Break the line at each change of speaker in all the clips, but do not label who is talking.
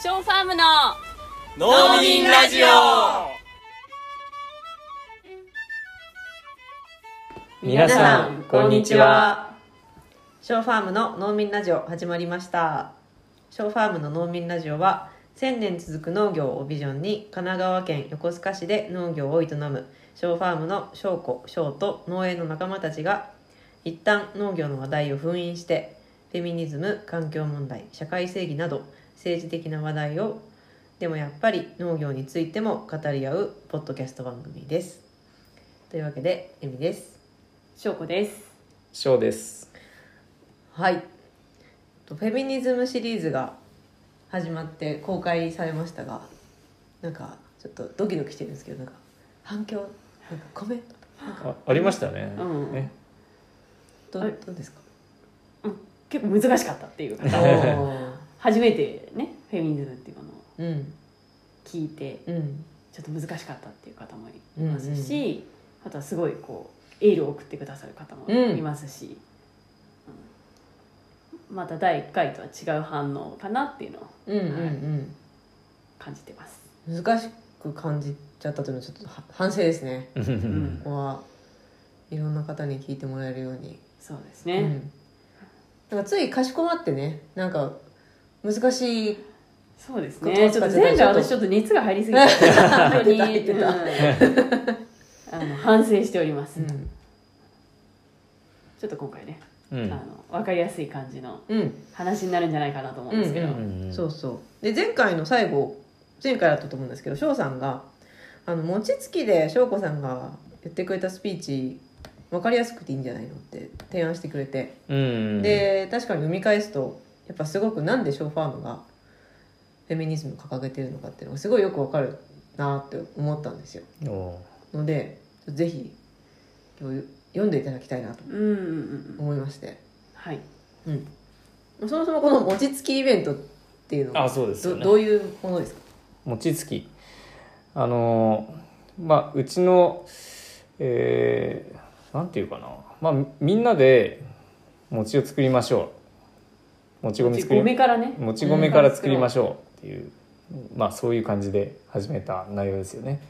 ショーファームの
農民ラジオ
皆さんこんにちはショーファームの農民ラジオ始まりましたショーファームの農民ラジオは1000年続く農業をビジョンに神奈川県横須賀市で農業を営むショーファームの翔子翔と農園の仲間たちが一旦農業の話題を封印してフェミニズム環境問題社会正義など政治的な話題をでもやっぱり農業についても語り合うポッドキャスト番組ですというわけでエミです
翔子です
ショーです
はいとフェミニズムシリーズが始まって公開されましたがなんかちょっとドキドキしてるんですけどなんか反響なんかコメント
あありましたね,、
うん
ね
ど
あれ
どう ですか
結構難しかったって いう
お
か
ー
初めてねフェミニズムっていうのを
うん
聞いて
うん
ちょっと難しかったっていう方もいますし、あとはすごいこうエールを送ってくださる方もいますし、うんまた第1回とは違う反応かなっていうのを
うんうん
感じてます、
うん難しく感じちゃったというのはちょっとは反省ですね
うん
ここはいろんな方に聞いてもらえるように、
そうです
う
ね、
ん、なんかついかしこまってねなんか難しい
そうです
言葉
ねち
使
ょっ
っち
と
ゃった
前回私ちょっと熱が入りす ぎて本当に
入ってた
うんあの反省しております、ち
ん
ょっと今回ね、
うん
あの分かりやすい感じの
うん
話になるんじゃないかなと思うんですけど、
うん
うん
そうそうで前回の最後前回だったと思うんですけど翔さんがあの餅つきで翔子さんが言ってくれたスピーチ分かりやすくていいんじゃないのって提案してくれて、
うん
で確かに読み返すとやっぱすごくなんでショーファームがフェミニズムを掲げてるのかっていうのがすごいよくわかるなって思ったんですよ
おー
のでぜひ今日読んでいただきたいなと
うんうんうんうん
思いまして、
はい
うん、そもそもこの餅つきイベントっていうの
あ
は
そうですよ
ど
ね
どういうものですか
餅つきあのーまあうちのえー、なんていうかなまあみんなで餅を作りましょうもち米作り
ごめからね
もち米から作りましょうっていう、まあそういう感じで始めた内容ですよね。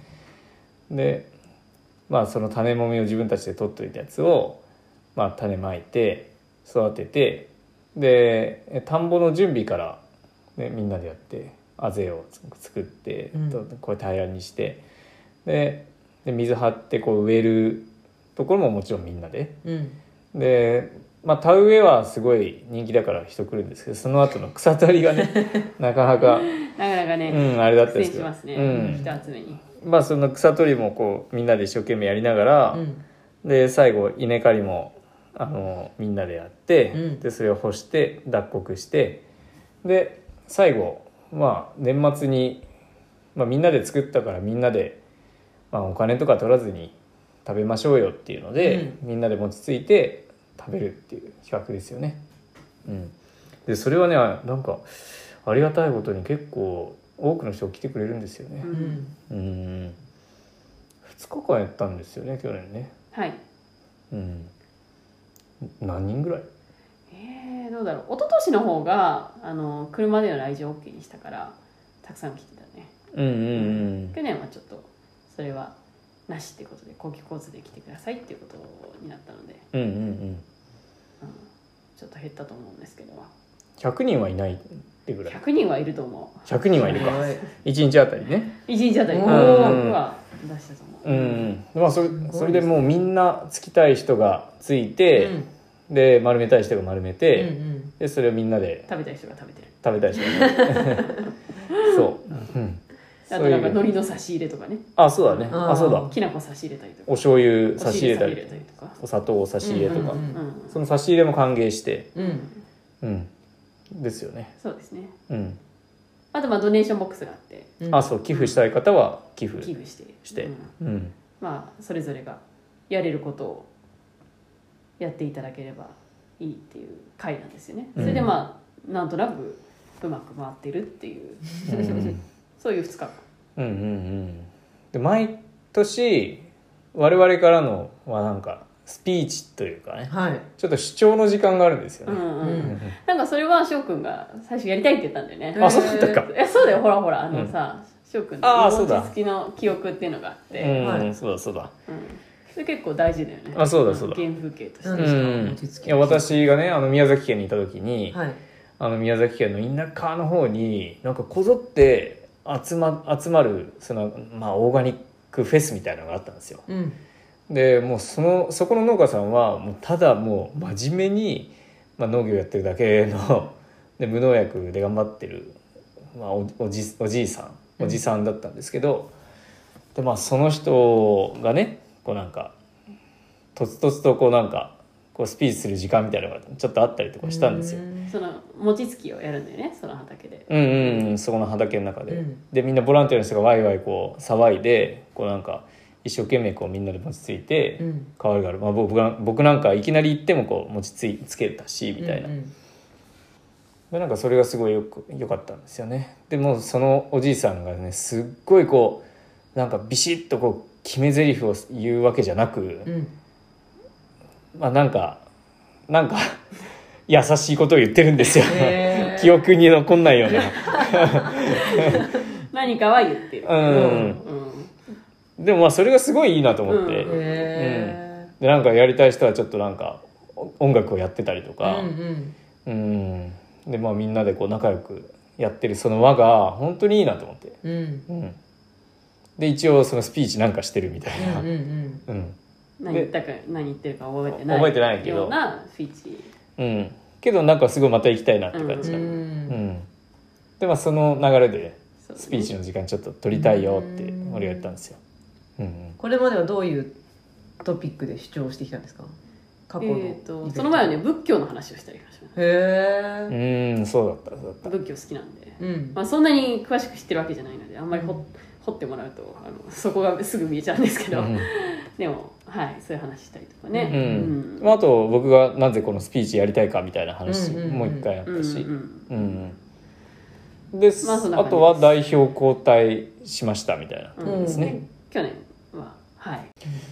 でまあその種もみを自分たちで取っといたやつを、まあ、種まいて育ててでえ田んぼの準備から、ね、みんなでやってあぜを作って、
うん
とこれ平らにしてでで水張ってこう植えるところももちろんみんなで
うん
で、まあ、田植えはすごい人気だから人来るんですけどその後の草取り がねなかなか、
なかなか
う
ね、
ん、あれだったん
苦
で
戦し
すけど
ますね、
うん
人集めに
まあ、その草取りもこうみんなで一生懸命やりながら、
うん
で最後稲刈りもあのみんなでやって、
うん
でそれを干して脱穀してで最後、まあ、年末に、まあ、みんなで作ったからみんなで、まあ、お金とか取らずに食べましょうよっていうので、みんなで餅ついて食べるっていう企画ですよね。うん、でそれはねなんかありがたいことに結構多くの人来てくれるんですよね。
う
うんん
うん2日間やったんですよね去年ね。
はい
うん、何人ぐらい
えー、どうだろう一昨年の方があの車での来場 OK にしたからたくさん来てたね
うん
去年はちょっとそれはなしってことで公共交通で来てくださいっていうことになったので、
うんうんうん
うん、ちょっと減ったと思うんですけど
100人はいないってぐらい
100人はいると思う
100人はいるか1日あたりね
一日あたり
お
多
ー
くは出したと思う、
うん、うん、まあそれ
すごいですね
それでもうみんなつきたい人がついて、で丸めたい人が丸め
うんう
て、
ん
でそれをみんなで
食べたい人が食べてる
食べたい人がそう、うん、
あ
そ
と
うい
なんか
う
海苔の差し入れとかね
あそうだねあ
あー
そうだ
きな粉差し入れたりとか
お醤油差し入れた
お
り
汁差し入れたりとか
お砂糖を差し入れとか、
うんうん
うん
その差し入れも歓迎して
うんうん
うんですよね
そうですね
うん
あとまあドネーションボックスがあって
うん
あそう寄付したい方は寄付
寄付して
して、
うん
うん
まあそれぞれがやれることをやっていただければいいっていう回なんですよね、
うん
それでまあなんとなくうまく回ってるっていう
うんうん
そういう2日間
うんうんで毎年我々からのはなんかスピーチというかね
はい
ちょっと主張の時間があるんですよ
う
ね、
んう
うんん
なんかそれは翔くんが最初やりたいって言ったんだよね
あそうだったか
えそうだよほらほらあのさ翔くんの
あー
お
そうだ
餅つきの記憶っていうのがあって、
うん
はい
そうだそうだ
うんそれ結構大事だよね
あそうだそうだ
原風景として、
う
うんん、
何ですか
いや私がねあの宮崎県にいた時に、
はい
あの宮崎県の田舎の方になんかこぞって集ま集まるその、まあ、オーガニックフェスみたいなのがあったんですよ
うん
でもうそのそこの農家さんはもうただもう真面目に、まあ、農業やってるだけの で無農薬で頑張ってる、まあ、おおじおじいさんおじさんだったんですけど、でまあその人がねこうなんかとつとつとこうなんかこうスピーチする時間みたいなのがちょっとあったりとかしたんですよ。
その餅つきをやるんだよねその畑で
うんうんうん、そこの畑の中で、
うん
でみんなボランティアの人がワイワイこう騒いでこうなんか一生懸命こうみんなで餅ついて、
うん
変わるがある、まあ、僕が僕なんかいきなり行ってもこう餅ついつけたしみたいな、
うんうん
でなんかそれがすごいよくよかったんですよねでもうそのおじいさんがねすっごいこうなんかビシッとこう決め台詞を言うわけじゃなく、
うん
まあなんかなんか 優しいことを言ってるんですよ、
へー
記憶に残んないような。
何かは言ってる
うん
うんうん
でもまあそれがすごいいいなと思って、
う
へ
でなんかやりたい人はちょっとなんかお音楽をやってたりと
ー
か
う、ん
うんでまあみんなでこう仲良くやってるその輪が本当にいいなと思って、
うんうん
うん、で一応そのスピーチなんかしてるみたいな、
うんうん
うん
何言ったか何言ってるか覚えてない
覚えてないけど
ようなスピーチ
うん、けどなんかすごいまた行きたいなって
う
感じ
ん
だ、
う
うん
ん
でまあその流れで
そう
スピーチの時間ちょっと取りたいよって俺が言ったんですよ、うんうん、
これまではどういうトピックで主張してきたんですか過去のイベ
え
ン
ー、
ト、
とその前はね仏教の話をしたりしまし
へえ
うんそうだったそうだっ
た
た
仏教好きなんで、
うん
まあ、そんなに詳しく知ってるわけじゃないのであんまり掘掘ってもらうとあのそこがすぐ見えちゃうんですけど、
うん
でもはいそういう話したりとかね、
う
うんん
まあ、あと僕がなぜこのスピーチやりたいかみたいな話
うんうんうん
もう一回あったし
うんうん
うんで、
まあそんな
あ
感じです
とは代表交代しましたみたいな、
うん
ですね
去年ははい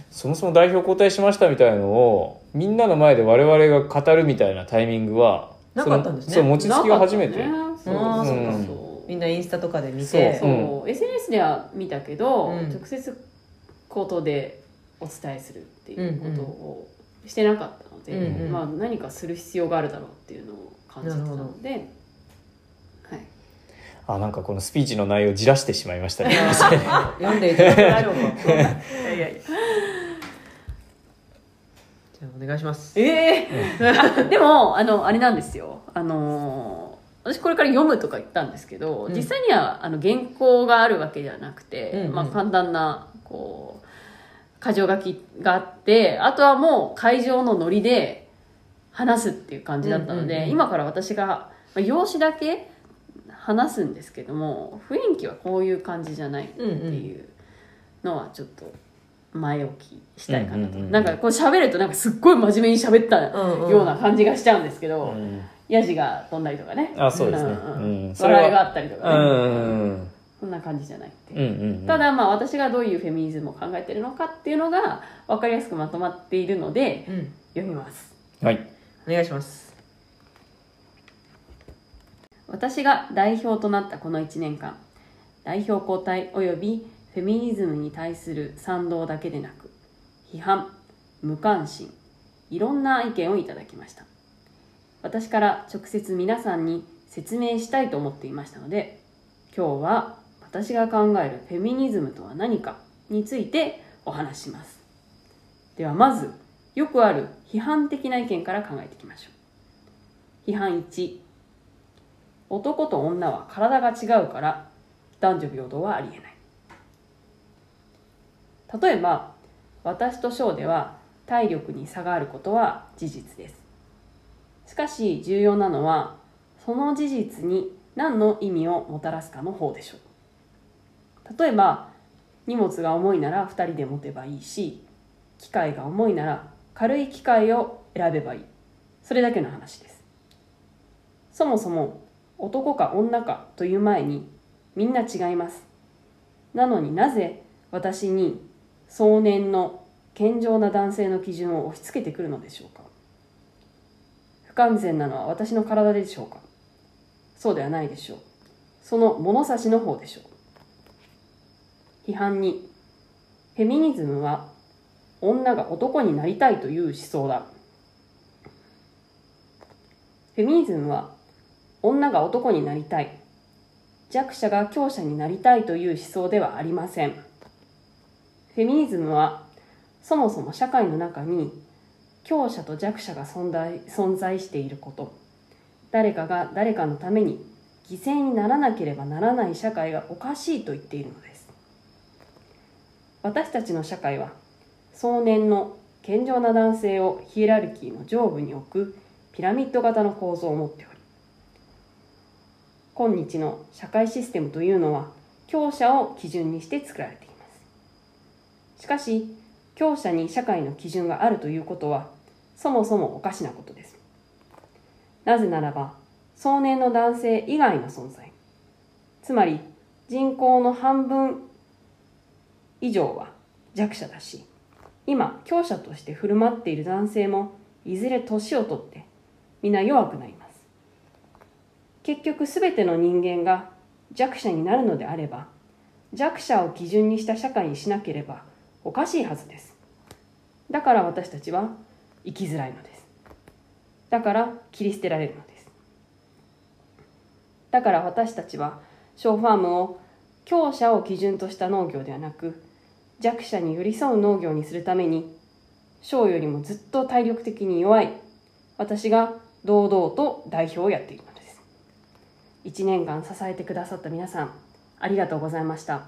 そもそも代表交代しましたみたいなのをみんなの前で我々が語るみたいなタイミングは
なかったんですね
そのそう餅つきは初めて、
なかったね
あー
そう
うん
そうそう
みんなインスタとかで見
そう
て
そう、SNS では見たけど、
うん
直接口頭でお伝えするっていうことをしてなかったので、
うん
うん
まあ、何かする必要があるだろうっていうのを感じてたので、はい、
あなんかこのスピーチの内容をじらしてしまいましたね
読んでいただけないのかじゃあお願いします
ええでもあのあれなんですよあのー私これから読むとか言ったんですけど、
うん
実際にはあの原稿があるわけじゃなくて、
うんうん
まあ、簡単なこう箇条書きがあってあとはもう会場のノリで話すっていう感じだったので、
うんうんうん
今から私が、まあ、用紙だけ話すんですけども雰囲気はこういう感じじゃない
うんう
って
ん
いうのはちょっと前置きしたいかなと、
うんうんうん
なんかこう喋るとなんかすっごい真面目に喋ったよ
うんうん
うな感じがし ちゃうんですけ
う
ど、
ん
ヤジが飛んだりとかね
あそうですね、
ん
う
うん
ん、それ
笑いが
は
あったりとか
う
ね、
んうん
そんな感じじゃないって、
うんうんうん
ただまあ私がどういうフェミニズムを考えてるのかっていうのが分かりやすくまとまっているので
うん
読みます
はい
お願いします
私が代表となったこの1年間代表交代およびフェミニズムに対する賛同だけでなく批判無関心いろんな意見をいただきました私から直接皆さんに説明したいと思っていましたので今日は私が考えるフェミニズムとは何かについてお話ししますではまずよくある批判的な意見から考えていきましょう批判1男と女は体が違うから男女平等はありえない例えば私と翔では体力に差があることは事実ですしかし重要なのはその事実に何の意味をもたらすかの方でしょう例えば荷物が重いなら2人で持てばいいし機械が重いなら軽い機械を選べばいいそれだけの話ですそもそも男か女かという前にみんな違いますなのになぜ私に壮年の健常な男性の基準を押し付けてくるのでしょうか不完全なのは私の体でしょうかそうではないでしょうその物差しの方でしょう批判にフェミニズムは女が男になりたいという思想だフェミニズムは女が男になりたい弱者が強者になりたいという思想ではありませんフェミニズムはそもそも社会の中に強者と弱者が存在存在していること誰かが誰かのために犠牲にならなければならない社会がおかしいと言っているのです私たちの社会は壮年の健常な男性をヒエラルキーの上部に置くピラミッド型の構造を持っており今日の社会システムというのは強者を基準にして作られていますしかし強者に社会の基準があるということはそもそもおかしなことですなぜならば壮年の男性以外の存在つまり人口の半分以上は弱者だし今強者として振る舞っている男性もいずれ年を取って皆弱くなります結局全ての人間が弱者になるのであれば弱者を基準にした社会にしなければおかしいはずですだから私たちは生きづらいのですだから切り捨てられるのですだから私たちはショーファームを強者を基準とした農業ではなく弱者に寄り添う農業にするためにショーよりもずっと体力的に弱い私が堂々と代表をやっているのです1年間支えてくださった皆さんありがとうございました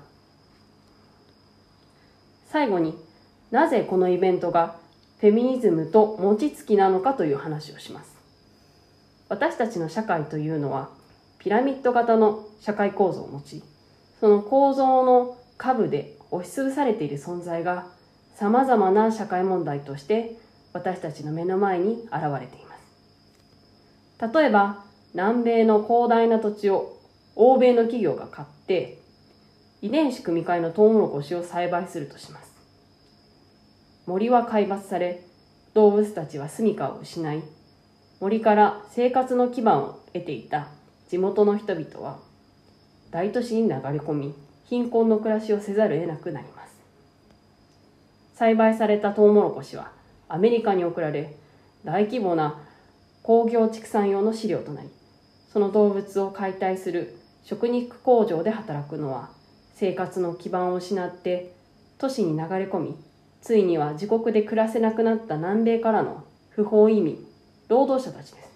最後になぜこのイベントがフェミニズムと餅つきなのかという話をします私たちの社会というのはピラミッド型の社会構造を持ちその構造の下部で押しつぶされている存在がさまざまな社会問題として私たちの目の前に現れています例えば南米の広大な土地を欧米の企業が買って遺伝子組み換えのトウモロコシを栽培するとします森は開発され動物たちは住処を失い森から生活の基盤を得ていた地元の人々は大都市に流れ込み貧困の暮らしをせざるを得なくなります栽培されたトウモロコシはアメリカに送られ大規模な工業畜産用の飼料となりその動物を解体する食肉工場で働くのは生活の基盤を失って都市に流れ込みついには自国で暮らせなくなった南米からの不法移民労働者たちです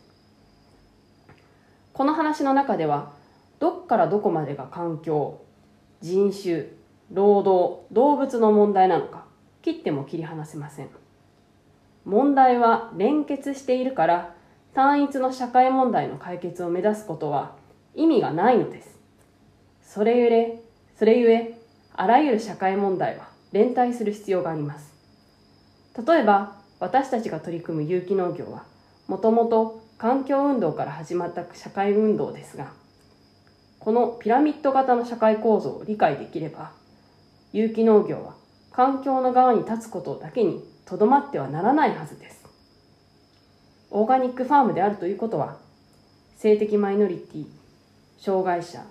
この話の中ではどっからどこまでが環境人種労働動物の問題なのか切っても切り離せません問題は連結しているから単一の社会問題の解決を目指すことは意味がないのですそれゆれそれゆえあらゆる社会問題は連帯する必要があります例えば私たちが取り組む有機農業はもともと環境運動から始まった社会運動ですがこのピラミッド型の社会構造を理解できれば有機農業は環境の側に立つことだけにとどまってはならないはずですオーガニックファームであるということは性的マイノリティ障害者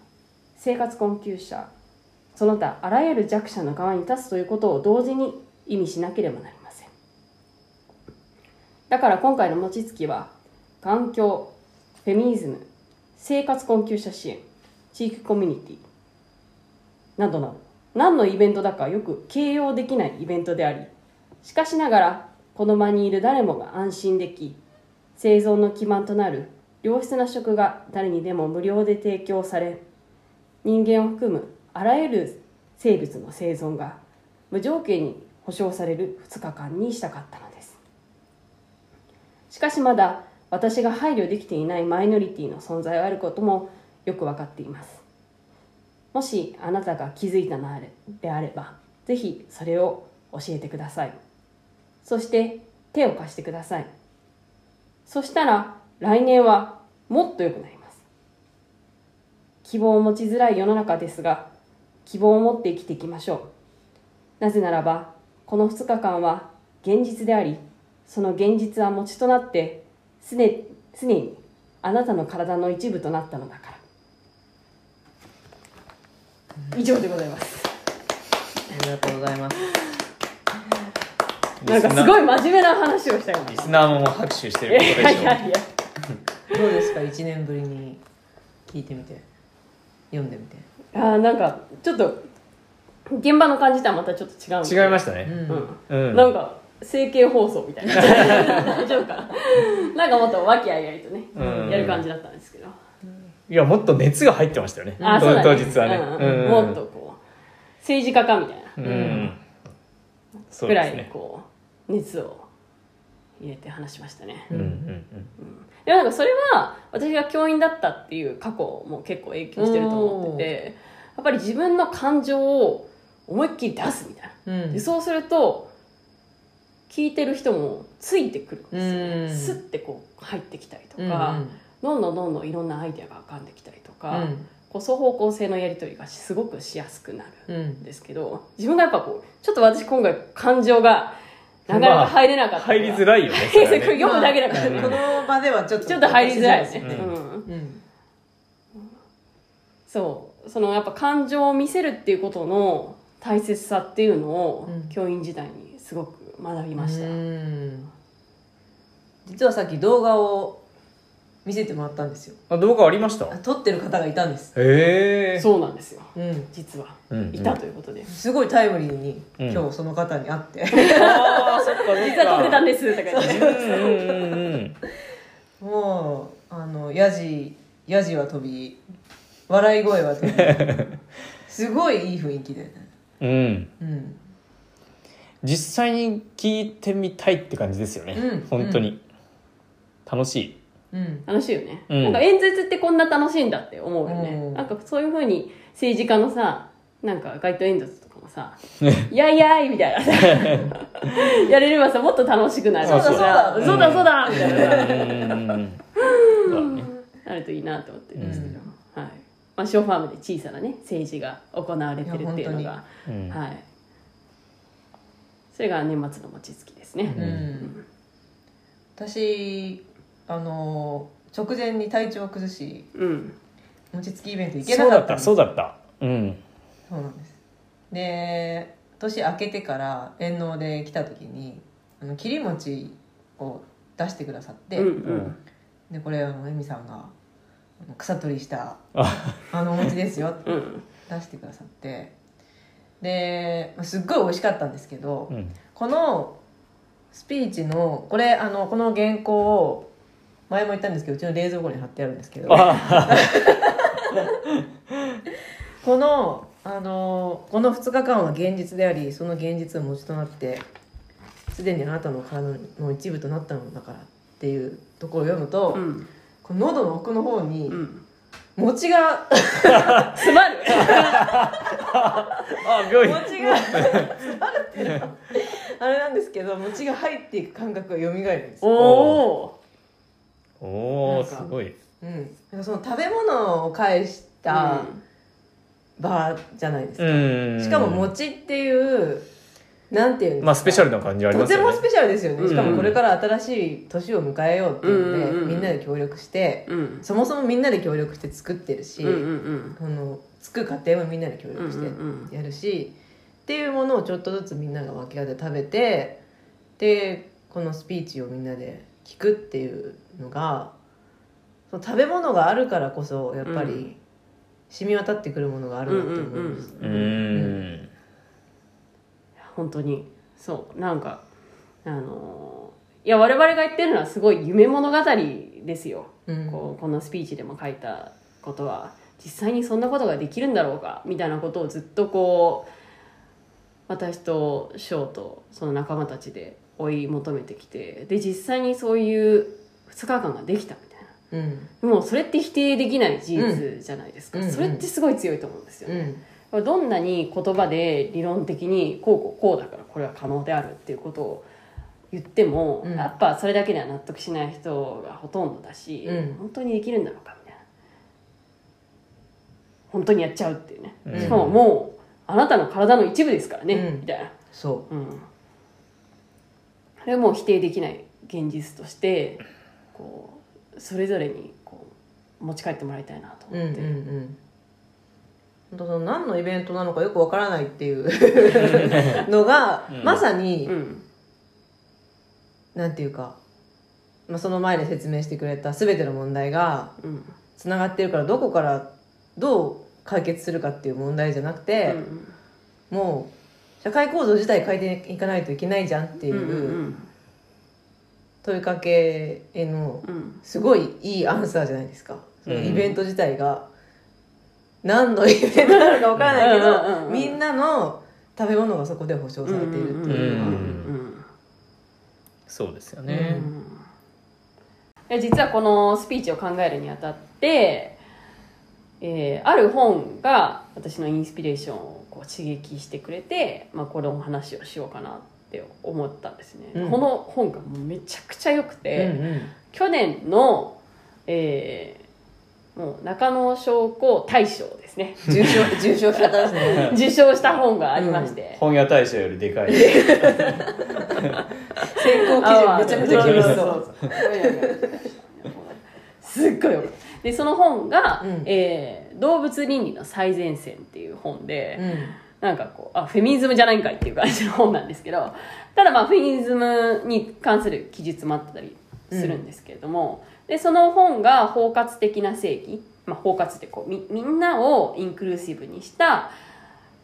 生活困窮者その他あらゆる弱者の側に立つということを同時に意味しなければなりませんだから今回の餅つきは環境フェミニズム生活困窮者支援地域コミュニティなどなど何のイベントだかよく形容できないイベントでありしかしながらこの場にいる誰もが安心でき生存の基盤となる良質な食が誰にでも無料で提供され人間を含むあらゆる生物の生存が無条件に保障される2日間にしたかったのですしかしまだ私が配慮できていないマイノリティの存在があることもよく分かっていますもしあなたが気づいたのであればぜひそれを教えてくださいそして手を貸してくださいそしたら来年はもっと良くなります希望を持ちづらい世の中ですが希望を持って生きていきましょうなぜならばこの2日間は現実でありその現実は餅となってすで常にあなたの体の一部となったのだから以上でございます
りがとうございます
なんかすごい真面目な話をしたよ
リスナーももう拍手してること
いや
で
い
しょ
やいや
どうですか1年ぶりに聞いてみて読んでみて
あーなんかちょっと現場の感じとはまたちょっと違うんで
違いましたね、
うん
うん
うん
なんか政見放送み たいな大丈夫かななんかもっと和気あいあいとね、
うん
やる感じだったんですけど、
いやもっと熱が入ってましたよね
あーそうだね
当日はね、
うん
うん
もっとこう政治家かみたいな
うん、
ん
そう
ぐ
で
ら
す
い
ね
こう熱を入れて話しましたね、
うんうん
でもなんかそれは私が教員だったっていう過去も結構影響してると思っててやっぱり自分の感情を思いっきり出すみたいな
うん
でそうすると聞いてる人もついてくるんですよ
う
ね、
ん
スッてこう入ってきたりと
うん
か、どんどんどんどんいろんなアイデアが浮かんできたりと
う
か、
ん
こう双方向性のやり取りがすごくしやすくなる
うん
んですけど自分がやっぱこうちょっと私今回感情がなかなか入れなかったから、
入りづ らいよねそ
先
れ
生
はね
これ読むだけだから、
うん
この場ではちょっと
ちょっと入りづらいね、
う
うん
うん
そうそのやっぱ感情を見せるっていうことの大切さっていうのを、
うん
教員時代にすごく学びました、
うん実はさっき動画を見せてもらったんですよ
あ動画ありました
あ撮ってる方がいたんです、
へえ
そうなんですよ
うん、
実は
うんうん
いたということで、
すごいタイムリーに
うん
今日その方に会って、
あーそっかそっか
実は撮ってたんですとか言って
うんうんうんうん
もうあのヤジヤジは飛び笑い声は飛びすごいいい雰囲気で、
うん
うん、
実際に聞いてみたいって感じですよね、
うん
本当に、楽しい
うん
楽しいよね、
うん
なんか演説ってこんな楽しいんだって思うよね、
うん
なんかそういうふうに政治家のさなんか街頭演説とかも さ「いやいやい」みたいなさやれればさもっと楽しくなる
そうだ
から
そ
そうう
だ
だそうだみたいなさ
うんそうだね
なるといいなと思ってるんですけど、はいまあ、ショーファームで小さなね政治が行われてるっていうの
いや
が
本、
うん
はい、それが年末の餅つきですね、
うん私あの直前に体調を崩し
うん
餅つきイベント行け
そ
な
う
か
だ
っ
った
ん
た
です
そうだったうん
そうなんですで年明けてから遠納で来た時にあの切り餅を出してくださって、
うんうん
でこれあのエミさんがあの草取りした
あ
あのお餅ですよって
うん
出してくださってでまあすっごい美味しかったんですけど、
うん
このスピーチのこれあのこの原稿を前も言ったんですけどうちの冷蔵庫に貼ってあるんですけど
あ
このあのこの2日間は現実でありその現実は餅となってすでにあなたの体の一部となったのだからっていうところを読むと、
うん
この喉の奥の方に
うん
餅 が、
詰まる
あ病院
餅が あれなんですけど餅が入っていく感覚が蘇るんですよ、
おお
なん
おお
か
すごい
うん、なんかその食べ物を介した場じゃないですか、
うん
しかも餅っていうなんていうんですか、
まあスペシャルな感じはあり
と
ます
て
よね
もスペシャルですよね、
うん
しかもこれから新しい年を迎えようっていうので、
うんうんうん
みんなで協力して
うん
そもそもみんなで協力して作ってるし、
うん
あ
うん
の作る過程もみんなで協
うんうん
力
う
し
ん
て
うん
やるし、っていうものをちょっとずつみんなが分け合って食べてでこのスピーチをみんなで聞くっていうのがその食べ物があるからこそやっぱ
う
り
ん
染み渡ってくるものがあるなって思います。
うんうんうん
うーん
本当にそうなんかあのーいや我々が言ってるのはすごい夢物語ですよ、
うん
こうこのスピーチでも書いたことは実際にそんなことができるんだろうかみたいなことをずっとこう私と翔とその仲間たちで追い求めてきてで実際にそういう2日間ができたみたいな
うん
もうそれって否定できない事実じゃないですか、
うんうんうん
それってすごい強いと思うんですよ
う
ね、
ん
どんなに言葉で理論的にこうこうこうだからこれは可能であるっていうことを言っても、
うん
やっぱそれだけでは納得しない人がほとんどだし、
うん
本当にできるんだろうかみたいな本当にやっちゃうっていうね、
うん
しかももうあなたの体の一部ですからね、
うん
みたいな、
そ
うん、あれはもう否定できない現実としてこうそれぞれにこう持ち帰ってもらいたいなと
うん
思
う
っ
ん
て、
うん本当その何のイベントなのかよくわからないっていうのが、
うん
まさに、
うん
なんていうか、まあ、その前で説明してくれた全ての問題が
うん
つながってるからどこからどう解決するかっていう問題じゃなくて、もう社会構造自体変えていかないといけないじゃんってい
うんうんう
うん問いかけへの
うん
すごいいいアンサーじゃないですか、その
うん
イベント自体が何のイベントなのかわからないけど、
うんうんうん
みんなの食べ物がそこで保障されているっていう、
うんうん
うん
そうですよ
う
ね、
んで実はこのスピーチを考えるにあたって、えーある本が私のインスピレーションをこう刺激してくれて、まあ、この話をしようかなって思ったんですね、
うん
この本がもうめちゃくちゃ良くて、
うんうん
去年の、えーもう中野商工大賞ですね
重症重症型ですね
受賞した本がありまして、
本屋大賞よりでかい
選考基準めちゃめちゃ厳しそう
う。いやいやいやすっごいよかったでその本が、
うん
えー動物倫理の最前線」っていう本で、
うん
なんかこうあフェミニズムじゃないんかいっていう感じの本なんですけどただまあフェミニズムに関する記述もあったりするんですけれども、でその本が包括的な正義、まあ、包括ってこうみみんなをインクルーシブにした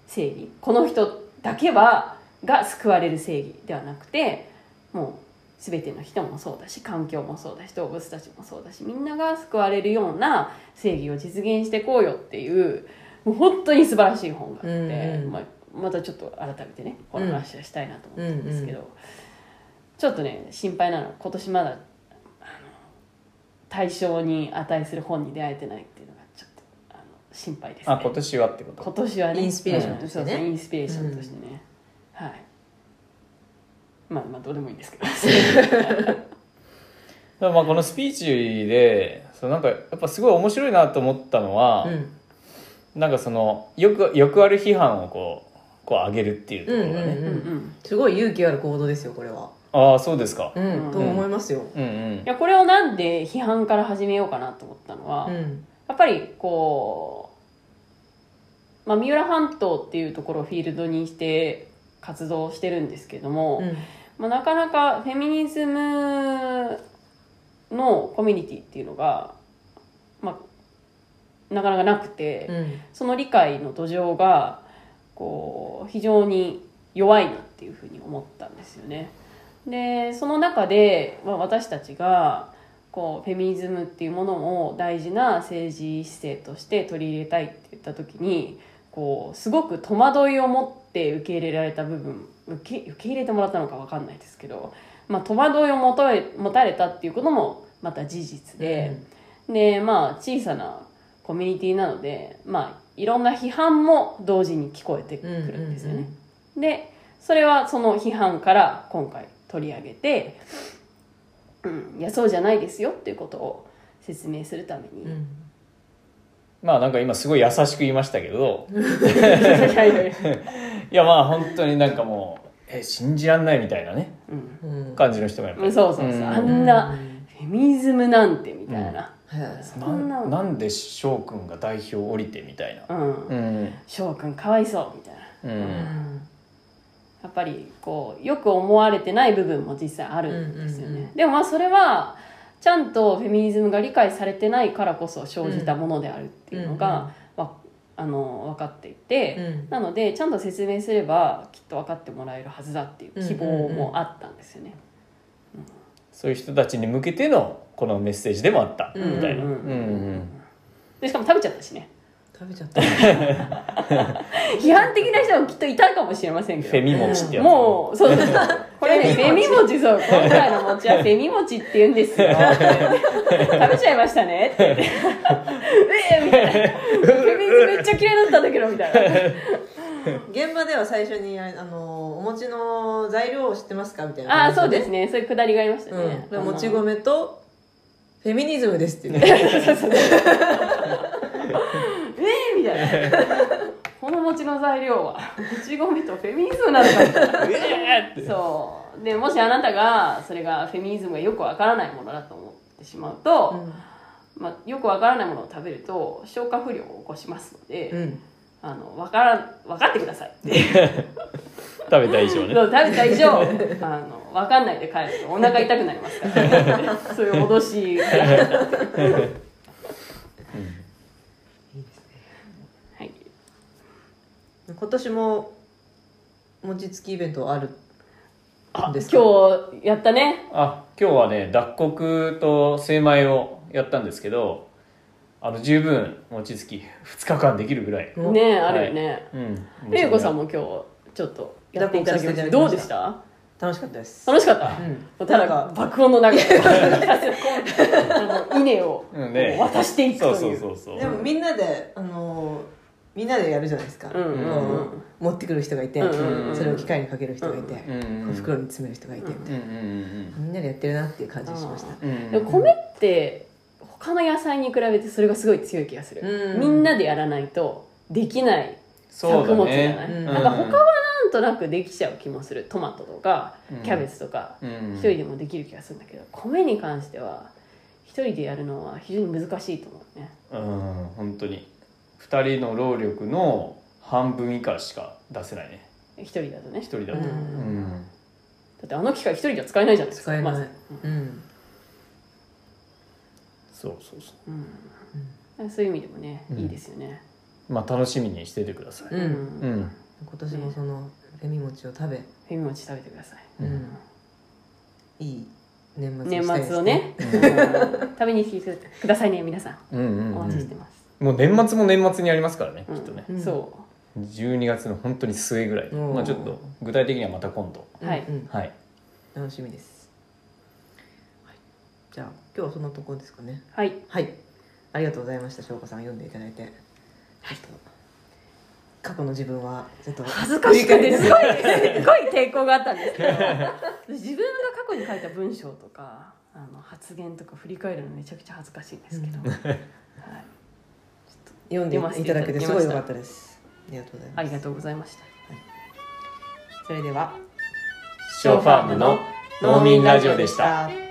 正義この人だけはが救われる正義ではなくてもう全ての人もそうだし環境もそうだし動物たちもそうだしみんなが救われるような正義を実現していこうよっていうもう本当に素晴らしい本があって、
うんうん
まあまたちょっと改めてねこの話をしたいなと思ったんですけど、ちょっとね心配なのは今年まだあの対象に値する本に出会えてないっていうのがちょっとあの心配ですね。
あ今年はってこと
今年はね
インスピレーションとしてね
うんそうそうインスピレーションとしてね、はいまあまあどうでもいいんですけど
だからまあこのスピーチでそうなんかやっぱすごい面白いなと思ったのは、
うん
なんかそのよくよくある批判をこうこう上げるっていうところがね、
うん
う
うんん
すごい勇気ある行動ですよこれは、
ああそうですか、
うん
うん
と思いますよ、
うん、うん
いやこれをなんで批判から始めようかなと思ったのは、
う
や
ん
っぱりこう、まあ、三浦半島っていうところをフィールドにして活動してるんですけども、
うん
まあ、なかなかフェミニズムのコミュニティっていうのが、まあ、なかなかなくて、
うん
その理解の土壌がこう非常に弱いなっていうふうに思ったんですよね。でその中で、まあ、私たちがこうフェミニズムっていうものを大事な政治姿勢として取り入れたいって言った時にこうすごく戸惑いを持って受け入れられた部分受け受け入れてもらったのか分かんないですけど、まあ、戸惑いを持たれ持たれたっていうこともまた事実で。でまあ小さなコミュニティなのでまあいろんな批判も同時に聞こえてく
うん
るんですよね。でそれはその批判から今回取り上げて、うん、いやそうじゃないですよっていうことを説明するために、
うん
まあなんか今すごい優しく言いましたけど
いやいやいや
いやまあ本当になんかもうえ信じらんないみたいなね
うん
うんうん
感じの人がやっぱ
そうそう
り
そう、
うん
あん
う
なんフェミニズムなんてみたいな、
へ
そんな
なんなんで翔くんが代表降りてみたいな
うん
うん
翔くんかわいそうみたいな
う
え
ん
やっぱりこうよく思われてない部分も実際あるんですよね、
うんうんうん
でもまあそれはちゃんとフェミニズムが理解されてないからこそ生じたものであるっていうのが、わあの分かっていて、
うん
なのでちゃんと説明すればきっと分かってもらえるはずだっていう希望もあったんですよね、
そういう人たちに向けてのこのメッセージでもあった
うん
みたいな
ううん
うんんうん
でしかも食べちゃったし ね
食べちゃった
批判的な人もきっといたかもしれませんけ
フ
ど
ェミ持ちってやつ
もうそうそうそうこれねフェミ餅そう今回の餅はフェミ餅って言うんですよ食べちゃいましたねって言って「ええみたいな「フェミニズムめっちゃ嫌いだったんだけど」みたいな
現場では最初にああのお餅の材料を知ってますかみたいな
ああそうですすねそういうくだりがありました
う
ね
ん、、で
あの
もち米とフェミニズムですって言って
ええみたいなこの餅の材料はもち米とフェミニズムなのかみたいな
えーって
そうでもしあなたがそれがフェミニズムがよくわからないものだと思ってしまうと、まあ、よくわからないものを食べると消化不良を起こしますので、
うん
あのわから分かってくださいって
食べた以上ね
そう食べた以上あの分かんないで帰るとお腹痛くなりますから、 そういう脅しからはい
今年も餅つきイベントある
あ
んですか
今日やったね
あ今日はね脱穀と精米をやったんですけどあの十分餅つき2日間できるぐらい、
お
ねえあるよね、
うん
れゆこさんも今日ちょっとやっていただきましたけどどうでした
楽しかったです
楽しかった、
うん
た
なん
だ
か
爆音の 中であの稲を
うんね
こう渡していくと
そ
いうう
そうそうそう
でもみんなであのーみんなでやるじゃないですか、
うんうんうん
こう持ってくる人がいて、
うんうんうん
それを機械にかける人がいて、
うんうん
袋に詰める人がいて、
うんうん
みんなでやってるなっていう感じがしました
うんうん
でも米って他の野菜に比べてそれがすごい強い気がする、
うん
みんなでやらないとできない
そうだ
作物じ
ね
ゃない、
うん
なんか他はなんとなくできちゃう気もするトマトとか
うん
キャベツとか
うん
一人でもできる気がするんだけど米に関しては一人でやるのは非常に難しいと思うね
うん本当に2人の労力の半分以下しか出せないね
一人だとね
1人だと、
う
うんん
だってあの機械一人じゃ使えないじゃないですか
使えない、
まず
うん
そうそうそ
うんそういう意味でもね、
うん
いいですよね
うまあ楽しみにしててください、
うん
うん
今年もそのフェミ餅を食べ、
フェミ餅食べてください
うんいい年末に
年
したいです
末をね、うん食べに来てくださいね皆さん
うんうん
お
う
待ちして
ん
ます、
もう年末も年末にありますからね、
うん
きっとね
うん
そ
12月の本当に末ぐらい、
うん
まあ、ちょっと具体的にはまた今度
うんはい
うんうん
はい
楽しみです、はい、じゃあ今日はそんなところですかね
うはい
はいありがとうございました翔子さん読んでいただいてはい過去の自分はちょっと
恥ずかしくてすごいすごい抵抗があったんですけど 自分が過去に書いた文章とかあの発言とか振り返るのめちゃくちゃ恥ずかしいんですけど、はい、
読んでいただけてすごい良かったですありがとうございます
ありがとうございました
それでは
ショーファームの農民ラジオでした
でした